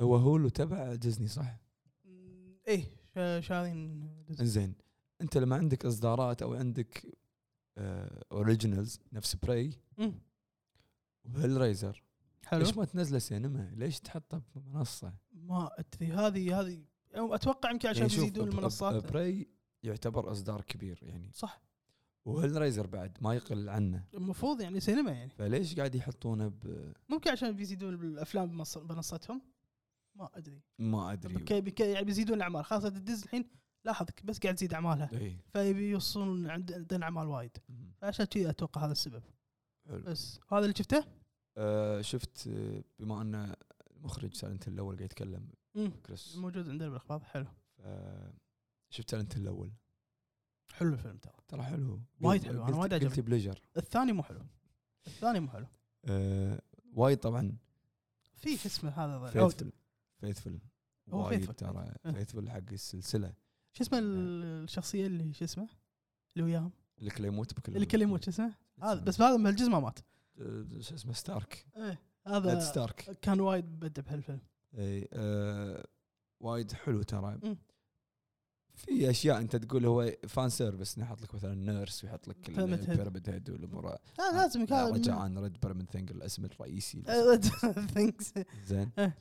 S2: هو هولو تبع ديزني صح؟
S1: ايه شا- شارين جزء.
S2: انزين انت لما عندك اصدارات او عندك اوريجينالز نفس براي
S1: مم.
S2: وهيل رايزر
S1: حلو
S2: ليش ما تنزله سينما؟ ليش تحطه بمنصه؟
S1: ما ادري هذه هذه أو اتوقع يمكن عشان
S2: يعني شوف،
S1: يزيدون
S2: ب- ب-
S1: المنصات
S2: براي يعتبر اصدار كبير يعني
S1: صح
S2: وهيل رايزر بعد ما يقل عنه
S1: المفروض يعني سينما يعني
S2: فليش قاعد يحطونه ب
S1: ممكن عشان بيزيدون الافلام بمنص- بمنصتهم ما ادري
S2: ما ادري
S1: بك بك يعني بيزيدون الاعمال خاصه ديز الحين لاحظ بس قاعد تزيد اعمالها
S2: اي
S1: فيبي يوصلون عند- عندنا اعمال وايد
S2: مم.
S1: فعشان كذي اتوقع هذا السبب
S2: حلو
S1: بس هذا اللي شفته
S2: آه شفت آه، بما ان مخرج سالنت الاول قاعد يتكلم
S1: مم.
S2: كريس
S1: موجود عندنا بالاخبار حلو
S2: آه شفت سالنت الاول
S1: حلو الفيلم ترى
S2: ترى حلو
S1: وايد حلو، أنا
S2: قلت-
S1: وايد
S2: قلت
S1: عجبني.
S2: بليجر
S1: الثاني مو حلو الثاني مو حلو
S2: آه وايد طبعا
S1: في شو اسمه هذا ضل-
S2: فيثفل فيثفل
S1: هو
S2: وايد
S1: faithful.
S2: ترى
S1: أه.
S2: فيثفل حق السلسله
S1: شو اسمه ال- الشخصيه اللي شو اسمه اللي وياهم
S2: اللي كليموت بكل
S1: اللي كلموه شو اسمه هذا بس هذا من الجزء ما مات
S2: أه، شو اسمه ستارك
S1: ايه
S2: نيد
S1: هذا
S2: ستارك
S1: كان وايد بدع بهالفيلم
S2: اي آه وايد حلو ترى
S1: مم.
S2: في اشياء انت تقول هو فان سيرفيس نحط لك مثلا نيرس ويحط لك
S1: Pyramid Head.
S2: البيراميد هيد والامور
S1: لا آه، لازم
S2: آه.
S1: أه،
S2: لا،
S1: كان
S2: رجع عن ريد بيراميد ثينج الاسم الرئيسي
S1: ثينكس
S2: زين
S1: إيه.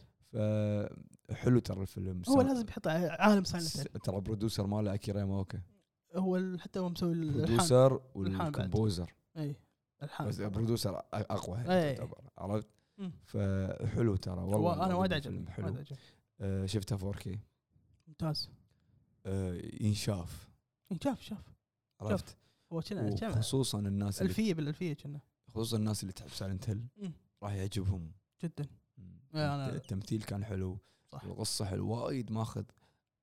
S2: فحلو ترى الفيلم
S1: هو
S2: سا-
S1: لازم يحط عالم
S2: س-
S1: سايلنت
S2: ترى برودوسر ماله اكيرا ياماوكا
S1: هو ال- إيه. حتى هو مسوي الالحان
S2: برودوسر
S1: الحان بعد.
S2: والكمبوزر
S1: اي الحان
S2: بس برودوسر أ- اقوى
S1: إيه.
S2: تعتبر عرفت
S1: مم.
S2: فحلو ترى
S1: هو
S2: والله
S1: انا وايد
S2: العظيم
S1: عجبني
S2: فيلم
S1: وايد
S2: حلو
S1: عجبني.
S2: آه، شفته 4K
S1: ممتاز
S2: آه، ينشاف
S1: إيه، شاف شاف
S2: عرفت
S1: هو كنا كم
S2: وخصوصا الناس اللي
S1: الفيه بالالفيه كنا إيه،
S2: خصوصا الناس اللي تحب سايلنت هيل
S1: مم.
S2: راح يعجبهم
S1: جدا إيه، أنا-
S2: الت- التمثيل كان حلو
S1: صح.
S2: القصه حلو وايد ماخذ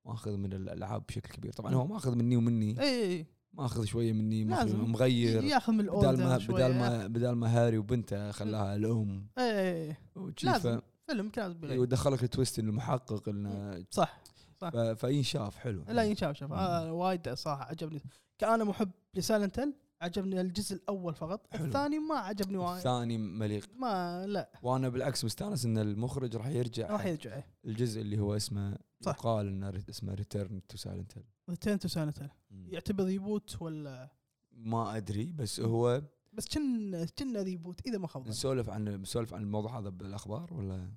S2: ماخذ من الالعاب بشكل كبير طبعا هو ماخذ مني ومني
S1: اي اي اي
S2: ماخذ شويه مني ماخذ
S1: لازم.
S2: مغير
S1: إيه، ياخذ من الاوردر
S2: بدال ما
S1: شوية. إيه.
S2: بدال ما بدال ما هاري وبنته خلاها الام
S1: إي، اي اي
S2: وشي
S1: لازم
S2: ف-
S1: إيه، فيلم كان بيغير.
S2: ودخلك التويست انه المحقق انه
S1: صح
S2: ف- فينشاف حلو
S1: لا ينشاف شاف
S2: مم.
S1: آه وايد صراحه عجبني كأنا محب لسايلنت هيل عجبني الجزء الاول فقط
S2: حلو.
S1: الثاني ما عجبني وايد
S2: الثاني مليق
S1: ما لا
S2: وانا بالعكس مستانس ان المخرج راح يرجع
S1: راح
S2: حق
S1: يرجع
S2: الجزء اللي هو اسمه
S1: صح.
S2: قال انه ري- اسمه ريتيرن تو سايلنت
S1: ريتيرن تو سايلنت هيل يعتبر ريبوت ولا
S2: ما ادري بس هو
S1: بس كنا كنا ريبوت اذا ما خاب
S2: نسولف عن نسولف عن الموضوع هذا بالاخبار ولا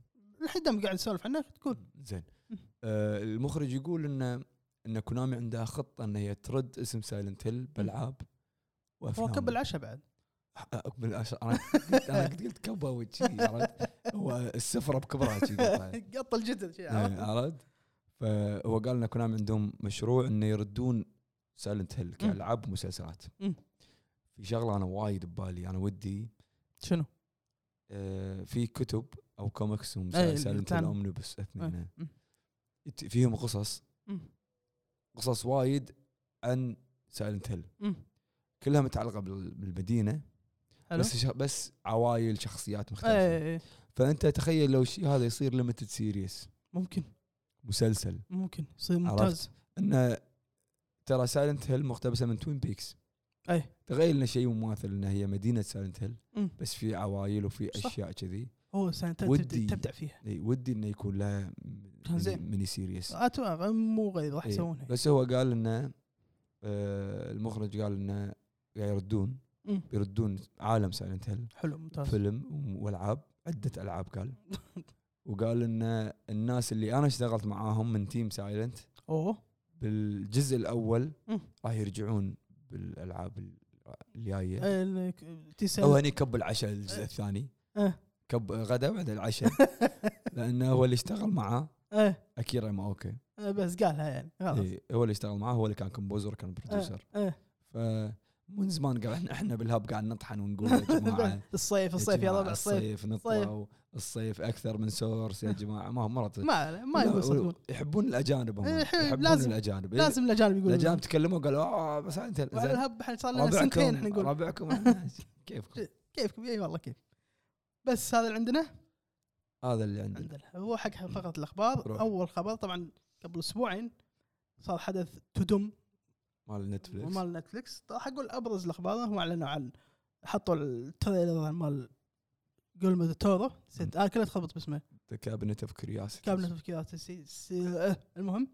S1: لحد دم قاعد نسولف عنه تقول
S2: زين
S1: مم.
S2: آه المخرج يقول ان ان كونامي عندها خطه ان هي ترد اسم سايلنت هيل بالعاب
S1: هو
S2: وافلام
S1: كب العشاء بعد
S2: اكمل العشاء انا قلت انا قلت- قلت كبه وشي عرفت هو السفره بكبرها شي قطعة.
S1: قط الجدل شي،
S2: يعني
S1: عرفت؟
S2: عرفت فهو قال ان كونامي عندهم مشروع انه يردون سايلنت هيل كالعاب ومسلسلات
S1: مم.
S2: في شغله انا وايد ببالي انا ودي
S1: شنو؟
S2: آه، في كتب او كوميكس
S1: أي،
S2: وسايلنت
S1: البلان.
S2: اومنبس اثنين
S1: إيه،
S2: إيه.
S1: مم.
S2: يت- فيهم قصص
S1: مم.
S2: قصص وايد عن سايلنت هيل
S1: مم.
S2: كلها متعلقه بال- بالمدينه
S1: حلو إيه،
S2: بس شخ- بس عوائل شخصيات
S1: اي
S2: مختلفه
S1: اي اي
S2: فانت تخيل لو شيء هذا يصير ليمتد سيريس
S1: ممكن
S2: مسلسل
S1: ممكن يصير ممتاز
S2: انه ترى سايلنت هيل مقتبسه من توين بيكس
S1: أي.
S2: تخيل انه شيء مماثل انها هي مدينه سايلنت هيل
S1: إيه. مم.
S2: بس في عوائل وفي
S1: صح.
S2: اشياء كذي
S1: هو سايلنت هيل
S2: ودي.
S1: تبدع- تبدع فيها
S2: إي، ودي انه يكون لها
S1: كان زين.
S2: ميني سيريس
S1: اتوقع مو غير راح
S2: إيه،
S1: يسوونها
S2: بس هو قال انه آه، المخرج قال انه قاعد يردون
S1: مم.
S2: يردون عالم سايلنت هيل
S1: حلو ممتاز
S2: فيلم وم- والعاب عده العاب قال وقال ان الناس اللي انا اشتغلت معاهم من تيم سايلنت
S1: اوه
S2: بالجزء الاول
S1: مم.
S2: راح يرجعون بالالعاب ال- الجايه
S1: إيه، ال- تيسيل.
S2: هو هني كب العشاء الجزء الثاني
S1: إيه.
S2: كب غدا بعد العشاء لانه هو اللي اشتغل معاه
S1: إيه،
S2: اكيرا ماوكي
S1: إيه، بس قالها يعني خلاص
S2: إيه، هو اللي اشتغل معاه هو اللي كان كومبوزر كان بروديوسر
S1: إيه.
S2: فمن زمان قاعد احنا احنا بالهب قاعد نطحن ونقول يا جماعه
S1: الصيف
S2: يا
S1: الصيف يا
S2: جماعة
S1: ربع الصيف إيه.
S2: الصيف نطلع الصيف اكثر من سورس يا جماعه ما هم مرات
S1: ما ما يقول صدقون
S2: يحبون الاجانب هم
S1: إيه، حلو،
S2: يحبون
S1: لازم-
S2: الاجانب إيه،
S1: لازم الاجانب يقولون
S2: الاجانب تكلموا قالوا اه بس انت
S1: وعلى
S2: زين،
S1: الهب احنا صار لنا سنتين احنا
S2: ربعكم
S1: نقول
S2: ربعكم كيفكم
S1: كيفكم اي والله كيف بس هذا اللي عندنا
S2: هذا اللي عندنا
S1: عندنا هو حق فقره الاخبار
S2: روح.
S1: اول خبر طبعا قبل اسبوعين صار حدث تدم
S2: مال نتفلكس
S1: مال نتفلكس راح اقول ابرز الاخبار هم اعلنوا عن حطوا التريلر مال جولمو تورو نسيت انا كلها اتخبط باسمه
S2: كابنت اوف كرياسيتي
S1: كابنة تفكيرات آه، المهم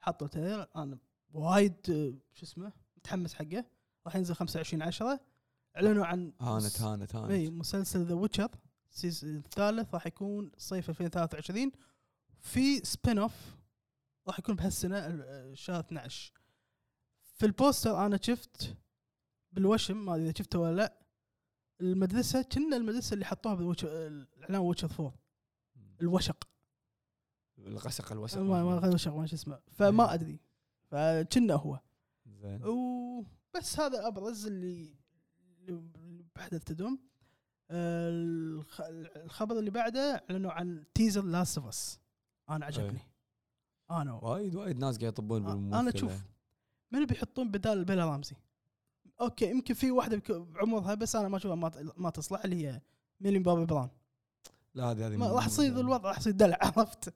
S1: حطوا تريلر انا وايد آه، شو اسمه متحمس حقه راح ينزل 25 10 اعلنوا عن
S2: هانت هانت هانت
S1: اي مسلسل ذا ويتشر السيزون الثالث راح يكون صيف 2023 في سبين اوف راح يكون بهالسنه ال- شهر 12 في البوستر انا شفت بالوشم ما ادري اذا شفته ولا لا المدرسه كنا المدرسه اللي حطوها بالوتش الاعلان ويتشر 4 الوشق
S2: الغسق الوسق
S1: ما ما غير الوشق ما شو اسمه فما
S2: إيه.
S1: ادري فكنا هو
S2: زين
S1: وبس هذا ابرز اللي اللي بحدث تدوم آه، الخ- الخبر اللي بعده اعلنوا عن تيزر لاست اوف اس انا عجبني انا
S2: وايد وايد ناس قاعد يطبون بالممثله
S1: انا اشوف من بيحطون بدال بيلا رامزي اوكي يمكن في واحده بك- بعمرها بس انا ما اشوفها ما ت- ما تصلح اللي هي ميلين بابي براون
S2: لا هذه هذه
S1: ما راح يصير
S2: ممثلة.
S1: الوضع راح يصير دلع عرفت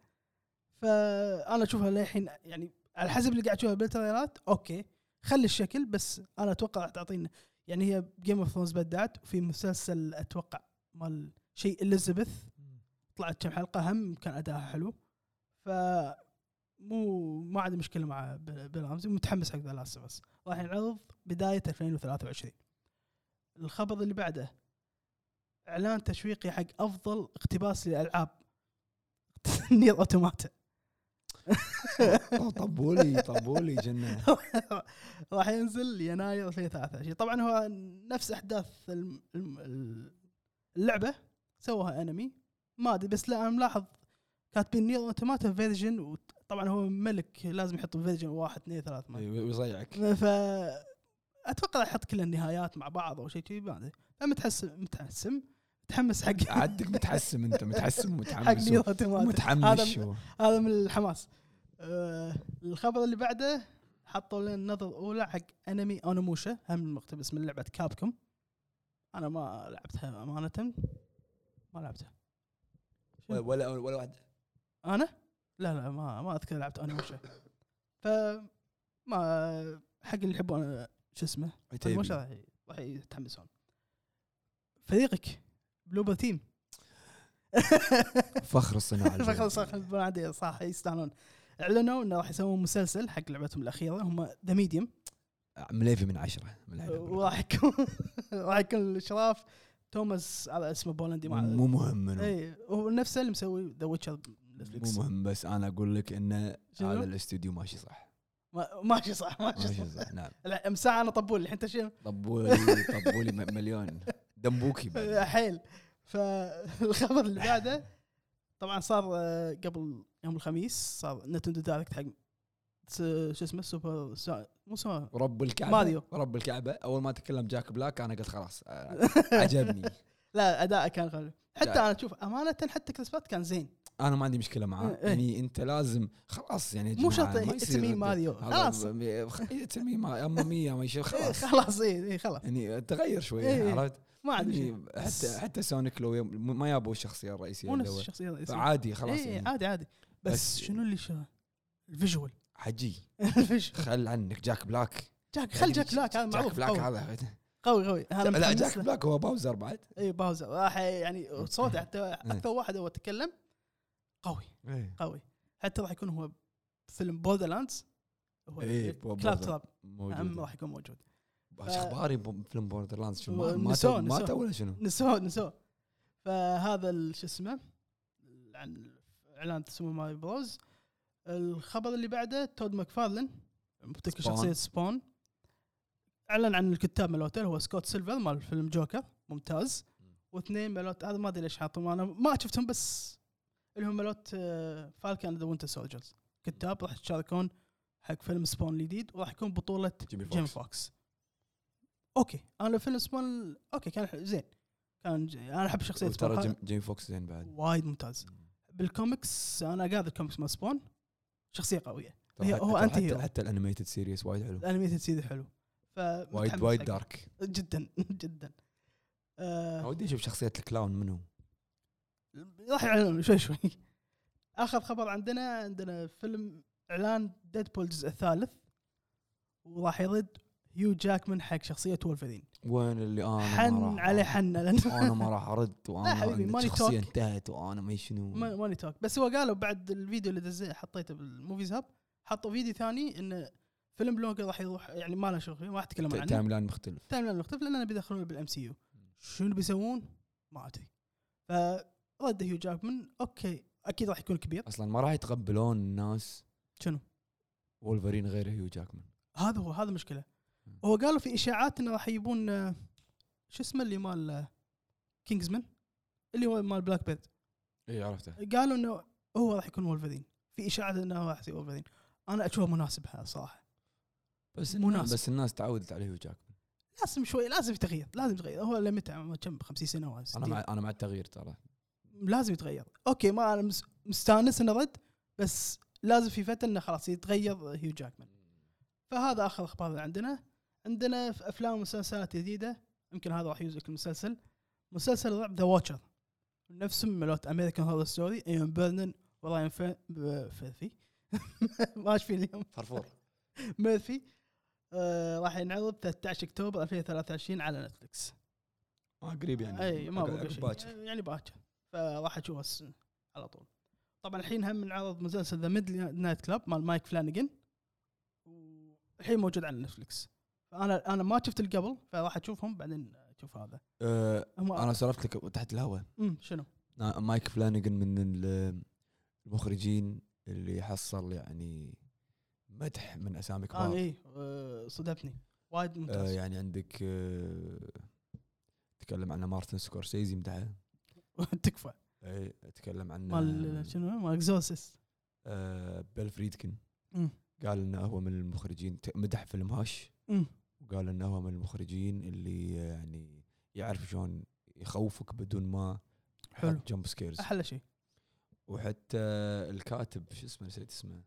S1: فانا اشوفها للحين يعني على حسب اللي قاعد اشوفها بالتريلرات اوكي خلي الشكل بس انا اتوقع راح تعطينا يعني هي جيم اوف ثرونز بدات وفي مسلسل اتوقع مال شيء اليزابيث طلعت كم حلقه هم كان اداها حلو ف مو ما عندي مشكله مع بيل بيل رامزي متحمس حق ذا لاست بس راح ينعرض بدايه 2023 الخبر اللي بعده اعلان تشويقي حق افضل اقتباس للالعاب نير اوتوماتا
S2: أوه، طبولي طبولي جنة
S1: راح ينزل يناير 2023 طبعا هو نفس احداث الم- الم- ال- اللعبه سووها انمي ما ادري بس لا انا ملاحظ كاتبين نير اوتوماتا فيرجن وطبعا هو ملك لازم يحط فيرجن واحد اثنين ثلاث ما
S2: أيوة، ويضيعك
S1: ف اتوقع راح يحط كل النهايات مع بعض او شيء كذي ما ادري فمتحسم متحسم متحمس حق
S2: عدك متحسم انت متحسم
S1: حق
S2: ومتحمس
S1: نير اوتوماتا
S2: متحمس
S1: هذا- هذا من الحماس آه الخبر اللي بعده حطوا لنا نظرة أولى حق أنمي أونوموشا هم مقتبس من لعبة كابكم أنا ما لعبتها أمانة ما لعبتها
S2: ولا ولا واحد
S1: أنا؟ لا لا ما ما أذكر لعبت أونوموشا ف ما حق اللي يحبون شو اسمه أونوموشا راح ي- راح يتحمسون فريقك بلوبر تيم
S2: فخر الصناعه
S1: فخلاص
S2: الجديدة.
S1: صح عندي صح يستاهلون اعلنوا انه راح يسوون مسلسل حق لعبتهم الاخيره هم ذا ميديوم
S2: مليفي من عشره من الحلقة.
S1: وراح يكون راح يكون الاشراف توماس على اسمه بولندي ما
S2: مو مهم منو
S1: اي هو نفسه اللي مسوي ذا ويتشر
S2: مو مهم بس انا اقول لك انه
S1: شنو؟
S2: هذا الاستوديو ماشي صح
S1: ماشي صح ماشي
S2: ماشي
S1: صح
S2: صح نعم
S1: لا، مساعة انا طبول الحين انت شنو
S2: طبولي طبولي م- مليون دمبوكي بعد.
S1: حيل فالخبر اللي بعده طبعا صار آه، قبل يوم الخميس صار نتندو دايركت حق س- شو اسمه سوبر سا- مو سوبر
S2: رب الكعبه
S1: ماريو.
S2: رب الكعبه اول ما تكلم جاك بلاك انا قلت خلاص آه، عجبني
S1: لا اداءه كان غير حتى
S2: لا.
S1: انا اشوف امانه حتى كريس بات كان زين
S2: انا ما عندي مشكله معاه
S1: إيه.
S2: يعني انت لازم خلاص يعني يا
S1: مو
S2: جماعة،
S1: شرط
S2: ما يصير
S1: اسمي
S2: رد-
S1: ماريو
S2: هذا
S1: خلاص
S2: ب- خ- إيه، تسميه ما- اما مية ما يصير
S1: إيه،
S2: خلاص
S1: خلاص اي اي خلاص
S2: يعني تغير شوي
S1: إيه.
S2: عرفت؟
S1: ما عندي
S2: يعني
S1: شيء
S2: حتى حتى سونيك لو يوم- ما يابوا الشخصيه الرئيسيه
S1: مو
S2: اللي
S1: نفس إيه، آه.
S2: هو
S1: الشخصيه الرئيسيه
S2: إيه، عادي خلاص
S1: اي
S2: يعني
S1: عادي عادي بس
S2: بس-
S1: شنو اللي شو الفيجوال
S2: حجي
S1: الفيجوال
S2: خل عنك جاك بلاك يعني
S1: جاك خل جاك بلاك هذا
S2: جاك
S1: معروف
S2: بلاك
S1: قوي.
S2: هذا
S1: قوي قوي هذا
S2: لا
S1: متحمس
S2: جاك
S1: له.
S2: بلاك هو باوزر بعد
S1: اي باوزر راح يعني صوته حتى
S2: إيه.
S1: اكثر واحد هو تكلم قوي قوي حتى راح يكون هو فيلم بوردر لاندز هو
S2: إيه،
S1: كلاب
S2: Borderlands.
S1: تراب هم
S2: موجود
S1: راح يكون موجود
S2: بس
S1: آه.
S2: اخباري ب- فيلم بوردر لاندز شو ما-
S1: نسوه،
S2: ماتوا
S1: نسوه.
S2: ماتوا ولا شنو؟
S1: نسوه نسوه فهذا ال- شو اسمه عن اعلان سوبر ماري بروز الخبر اللي بعده تود ماكفارلن مبتكر
S2: سبون.
S1: شخصيه سبون اعلن عن الكتاب مالوته هو سكوت سيلفر مال فيلم جوكر ممتاز واثنين مالوت هذا ما ادري ليش حاطهم انا ما شفتهم بس اللي هم آه، مالوت فالكان ذا وينتر سولجرز كتاب راح يتشاركون حق فيلم سبون الجديد وراح يكون بطوله
S2: جيمي
S1: جيم
S2: فوكس
S1: فوكس اوكي انا فيلم سبون اوكي كان ح- زين كان ج- انا احب شخصيه
S2: ترى
S1: سبون
S2: جيم- جيمي فوكس زين بعد
S1: وايد ممتاز بالكوميكس انا قاعد الكوميكس مال سبون شخصيه قويه
S2: ترى
S1: هي-
S2: حتى-
S1: هو
S2: ترى
S1: أنتي
S2: حتى-
S1: هيرو.
S2: حتى الانيميتد سيريس وايد حلو
S1: الانميتد سيدي حلو
S2: وايد
S1: فمتحمس
S2: وايد
S1: حق-
S2: دارك
S1: جدا جدا
S2: أنا
S1: آه
S2: ودي اشوف شخصيه الكلاون منو
S1: راح يعلنون شوي شوي اخر خبر عندنا عندنا فيلم اعلان ديدبول الجزء الثالث وراح يرد هيو جاكمان حق شخصيه وولفرين
S2: وين اللي انا ما
S1: حن
S2: راح-
S1: عليه حنه لأن-
S2: انا ما راح ارد
S1: لا
S2: وانا
S1: حبيبي،
S2: إن
S1: ماني
S2: الشخصيه
S1: توك.
S2: انتهت وانا ما شنو
S1: ما- ماني توك بس هو قالوا بعد الفيديو اللي دزيته حطيته بالموفيز هاب حطوا فيديو ثاني انه فيلم بلوجر راح يروح يعني ما له شغل فيه ما راح يتكلم عنه
S2: تايم لاين مختلف
S1: التايم لاين مختلف لان بيدخلونه بالام سي يو شنو بيسوون؟ ما ادري فرد هيو جاكمان اوكي اكيد راح يكون كبير
S2: اصلا ما راح يتقبلون الناس
S1: شنو؟
S2: وولفرين غير هيو جاكمان
S1: هذا هو هذا مشكله هو قالوا في اشاعات انه راح يجيبون آه، شو اسمه اللي مال كينجزمان اللي هو مال بلاك بيرد
S2: اي عرفته
S1: قالوا انه هو راح يكون وولفرين في اشاعات انه راح يصير وولفرين انا اشوفه مناسب هذا صراحه
S2: بس
S1: مناسب.
S2: الناس بس الناس تعودت على هيو جاكمان
S1: لازم شوي لازم يتغير لازم يتغير هو لمتى عمره كم 50 سنه ولا
S2: انا
S1: 60
S2: مع انا مع التغيير ترى
S1: لازم يتغير اوكي ما انا مس- مستانس انه رد بس لازم في فتره انه خلاص يتغير هيو جاكمان فهذا اخر اخبار اللي عندنا عندنا في افلام ومسلسلات جديده يمكن هذا راح يوزك المسلسل مسلسل الرعب ذا واتشر نفسه من ملوت امريكان هورر ستوري ايون بيرنن والله ينفع فيثي ماشي اليوم
S2: فرفور
S1: ميرفي آه راح ينعرض 13 اكتوبر 2023 على نتفلكس
S2: ما قريب يعني
S1: اي إيه، ما بقى شيء
S2: باكر.
S1: يعني باكر فراح اشوفه السنة على طول طبعا الحين هم انعرض مسلسل ذا ميد نايت كلاب مال مايك فلانجن الحين موجود على نتفلكس فانا انا ما شفت اللي قبل فراح اشوفهم بعدين اشوف هذا
S2: آه،
S1: هم
S2: انا سولفت لك تحت الهواء
S1: أمم، شنو؟
S2: نا- مايك فلانجن من ال- المخرجين اللي حصل يعني مدح من اسامي
S1: انا
S2: كبار
S1: اي آه، صدمتني وايد
S2: آه
S1: ممتاز
S2: يعني عندك آه، تكلم عن مارتن سكورسيزي مدحه
S1: تكفى
S2: اي تكلم عن
S1: مال شنو مال اكزوسس
S2: آه، بيل فريدكن
S1: أمم،
S2: قال انه هو من المخرجين ت- مدح فيلم هاش
S1: أمم،
S2: وقال انه هو من المخرجين اللي يعني يعرف شلون يخوفك بدون ما
S1: حلو
S2: جمب سكيرز
S1: احلى شيء
S2: وحتى الكاتب شو اسمه نسيت اسمه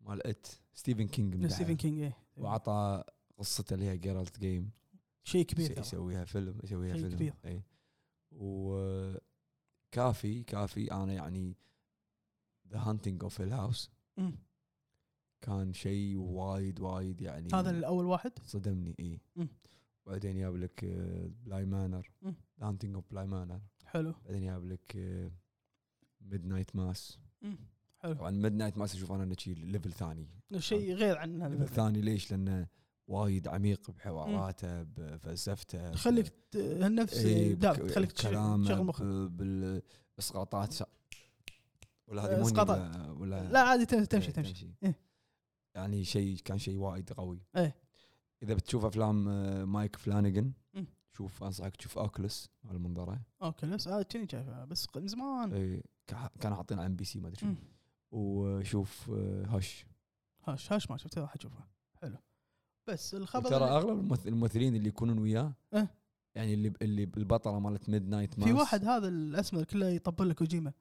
S2: مال ات ستيفن كينج مدحه.
S1: ستيفن كينج اي
S2: وعطى قصته اللي هي جيرالت جيم
S1: شيء كبير ترى.
S2: يسويها فيلم يسويها
S1: شيء
S2: فيلم
S1: كبير.
S2: اي وكافي كافي انا يعني ذا هانتنج اوف هيل هاوس
S1: أمم.
S2: كان شيء وايد وايد يعني
S1: هذا الاول واحد
S2: صدمني اي
S1: مم.
S2: بعدين جاب لك آه، بلاي مانر
S1: مم.
S2: هانتنج اوف بلاي مانر
S1: حلو
S2: بعدين جاب لك آه، ميد نايت ماس
S1: أمم، حلو
S2: طبعا ميد نايت ماس اشوف انا انه شي ليفل ثاني
S1: شيء غير عن
S2: ليفل
S1: هذا
S2: ثاني ليش؟ لانه وايد عميق بحواراته بفلسفته ب-
S1: تخليك ت- هالنفس
S2: إيه،
S1: دام
S2: بك-
S1: تخليك تش-
S2: بكلامه،
S1: تشغل مخك
S2: ب- بالاسقاطات سا- ولا هذه مو
S1: إسقاطات.
S2: ولا, ولا
S1: لا عادي تم- تمشي
S2: إيه،
S1: تمشي إيه.
S2: تمشي. يعني شيء كان شيء وايد قوي
S1: إيه.
S2: اذا بتشوف افلام آه، مايك فلانجن
S1: مم.
S2: شوف انصحك تشوف اوكلس على المنظره
S1: اوكي بس هذا كني شايفه بس من زمان
S2: إيه، كا- كانوا حاطين على ام بي سي ما ادري شنو.
S1: مم.
S2: وشوف آه، هش
S1: هاش هاش ما شفته راح اشوفه حلو بس الخبر
S2: ترى
S1: إن
S2: اغلب الممث- الممثلين اللي يكونون وياه
S1: إيه.
S2: يعني اللي اللي البطله مالت ميد نايت
S1: في واحد هذا الاسمر كله يطبل لك كوجيما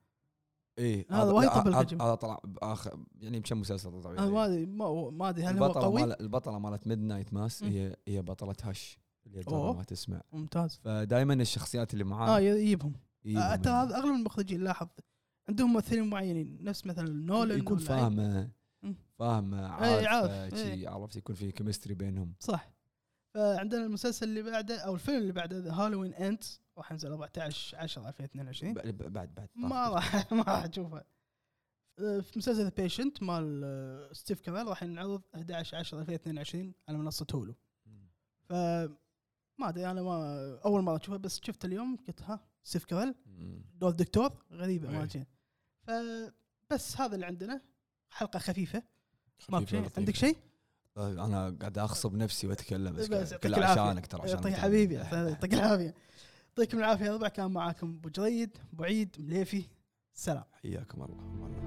S2: ايه
S1: هذا وايد طبل
S2: هذا-
S1: الهجم.
S2: هذا طلع باخر يعني بكم مسلسل طلع
S1: انا ما
S2: يعني.
S1: ادري ما ما ادري هل يعني هو
S2: البطله
S1: قوي
S2: مال البطله مالت ميد نايت ماس
S1: مم.
S2: هي هي بطله هش اللي هي
S1: أوه.
S2: ترى ما تسمع
S1: ممتاز
S2: فدائما الشخصيات اللي
S1: اه
S2: معاه
S1: ي- يجيبهم آه،
S2: يجيبهم
S1: ترى
S2: يعني.
S1: هذا اغلب المخرجين لاحظ عندهم ممثلين معينين نفس مثلا نولان
S2: يكون
S1: ولا-
S2: فاهمه
S1: مم.
S2: فاهمه
S1: إيه، عارف.
S2: عارفه شي، عرفت يكون في كيمستري بينهم
S1: صح فعندنا المسلسل اللي بعده او الفيلم اللي بعده هالوين انت راح ينزل 14 10 2022
S2: ب- ب- بعد طيب. بعد
S1: إيه. ما راح ما راح اشوفه أه، في مسلسل بيشنت مال أه، ستيف كمال راح ينعرض 11 10 2022 على منصه هولو ف ما ادري انا ما اول مره اشوفه بس شفته اليوم قلت ها ستيف كمال
S2: مم.
S1: دور دكتور غريبه ما
S2: إيه.
S1: أدري. فبس هذا اللي عندنا حلقه خفيفه ماك
S2: خفيفة
S1: شيء
S2: لطيفة.
S1: عندك شيء؟
S2: آه، انا قاعد اغصب نفسي واتكلم بس
S1: بس
S2: كل-
S1: يعطيك
S2: كل
S1: العافية.
S2: عشانك ترى عشان
S1: يعطيك
S2: أنت-
S1: حبيبي يعطيك العافيه يعطيكم العافيه يا ربع كان معاكم ابو جريد ابو عيد مليفي سلام
S2: حياكم الله